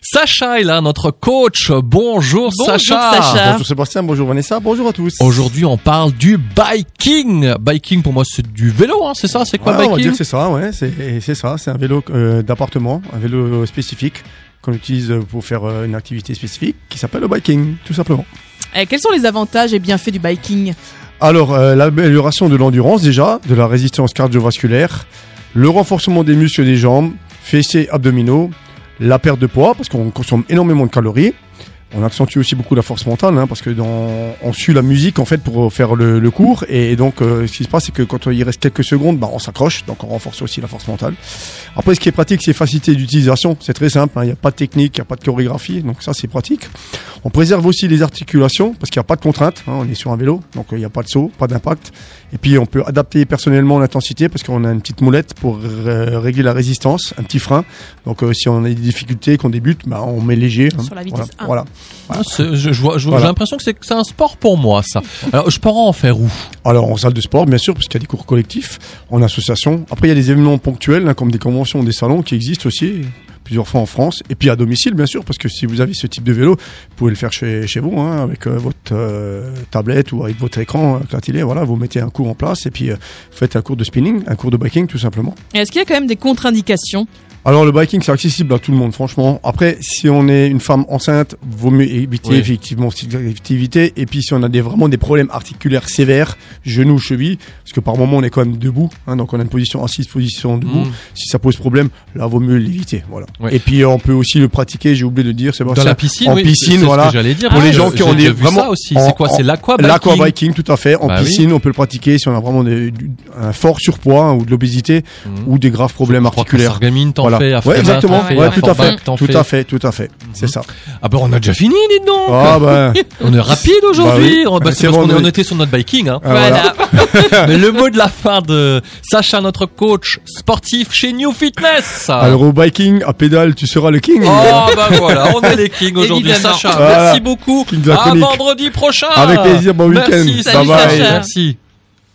Sacha est là, notre coach. Bonjour, Bonjour, Sacha. Sacha. Bonjour Sébastien, bonjour Vanessa, bonjour à tous. Aujourd'hui, on parle du biking. Biking, pour moi, c'est du vélo, hein, c'est ça C'est quoi Ouais, le bah, on va biking dire que c'est ça, ouais, c'est c'est ça, c'est un vélo euh, d'appartement, un vélo spécifique qu'on utilise pour faire euh, une activité spécifique qui s'appelle le biking, tout simplement. Eh, quels sont les avantages et bienfaits du biking Alors, euh, l'amélioration de l'endurance déjà, de la résistance cardiovasculaire, le renforcement des muscles des jambes, fessiers, abdominaux, la perte de poids, parce qu'on consomme énormément de calories. On accentue aussi beaucoup la force mentale, hein, parce que dans, on suit la musique en fait pour euh, faire le, le cours, et, donc euh, ce qui se passe c'est que quand il reste quelques secondes, bah, on s'accroche, donc on renforce aussi la force mentale. Après, ce qui est pratique, c'est facilité d'utilisation, c'est très simple, hein, il n'y a pas de technique, il n'y a pas de chorégraphie, donc ça c'est pratique. On préserve aussi les articulations parce qu'il n'y a pas de contraintes. hein, on est sur un vélo, donc euh, il n'y a pas de saut, pas d'impact. Et puis on peut adapter personnellement l'intensité parce qu'on a une petite moulette pour euh, régler la résistance, un petit frein. Donc euh, si on a des difficultés, qu'on débute, bah, on met léger. hein. Sur la vitesse voilà, un. voilà. Ah, c'est- je- je vois- je vois- J'ai Voilà. l'impression que c'est que c'est un sport pour moi, ça. Alors, je pourrais en faire où Alors en salle de sport, bien sûr, parce qu'il y a des cours collectifs, en association. Après, il y a des événements ponctuels, hein, comme des conventions, des salons qui existent aussi plusieurs fois en France. Et puis à domicile, bien sûr, parce que si vous avez ce type de vélo, vous pouvez le faire chez, chez vous, hein, avec euh, votre euh, tablette ou avec votre écran euh, clatilé. Voilà, vous mettez un cours en place et puis euh, vous faites un cours de spinning, un cours de biking, tout simplement. Et Est-ce qu'il y a quand même des contre-indications Alors le biking, c'est accessible à tout le monde, franchement. Après, si on est une femme enceinte, vaut mieux éviter Oui. effectivement cette activité. Et puis si on a des, vraiment des problèmes articulaires sévères, genoux, chevilles, parce que par moment on est quand même debout, hein, donc on a une position assise, position debout. Mm. Si ça pose problème, là vaut mieux l'éviter. Voilà. Ouais. Et puis euh, on peut aussi le pratiquer. J'ai oublié de le dire, c'est Dans la piscine, en oui, piscine, c'est- c'est ce voilà. que j'allais dire. Pour les je- gens qui j'ai ont des déjà vu vraiment ça aussi. en- C'est quoi C'est L'aqua l'aquabiking. biking, tout à fait. En Bah oui. piscine, on peut le pratiquer si on a vraiment des- du- un fort surpoids hein, ou de l'obésité Mhm. ou des graves problèmes articulaires. Sargamine, t'en Voilà. fais. ouais, exactement. t'en fais, ouais, à tout à fait. T'en Tout fais. à fait, tout à fait. C'est ça. Ah ben, on a déjà fini, dis donc. Ah ben. On est rapide aujourd'hui. Bah oui. On- bah, c'est C'est parce qu'on est vendredi. honnêté sur notre biking. Hein. Ah, voilà. Mais le mot de la fin de Sacha, notre coach sportif chez New Fitness. Alors au biking, à pédale, tu seras le king. Oh bah voilà, on est les kings aujourd'hui. Évidemment. Sacha, Voilà. merci beaucoup. King de la À chronique. vendredi prochain. Avec plaisir, bon week-end. Merci, Salut, Sacha. Sacha. Merci.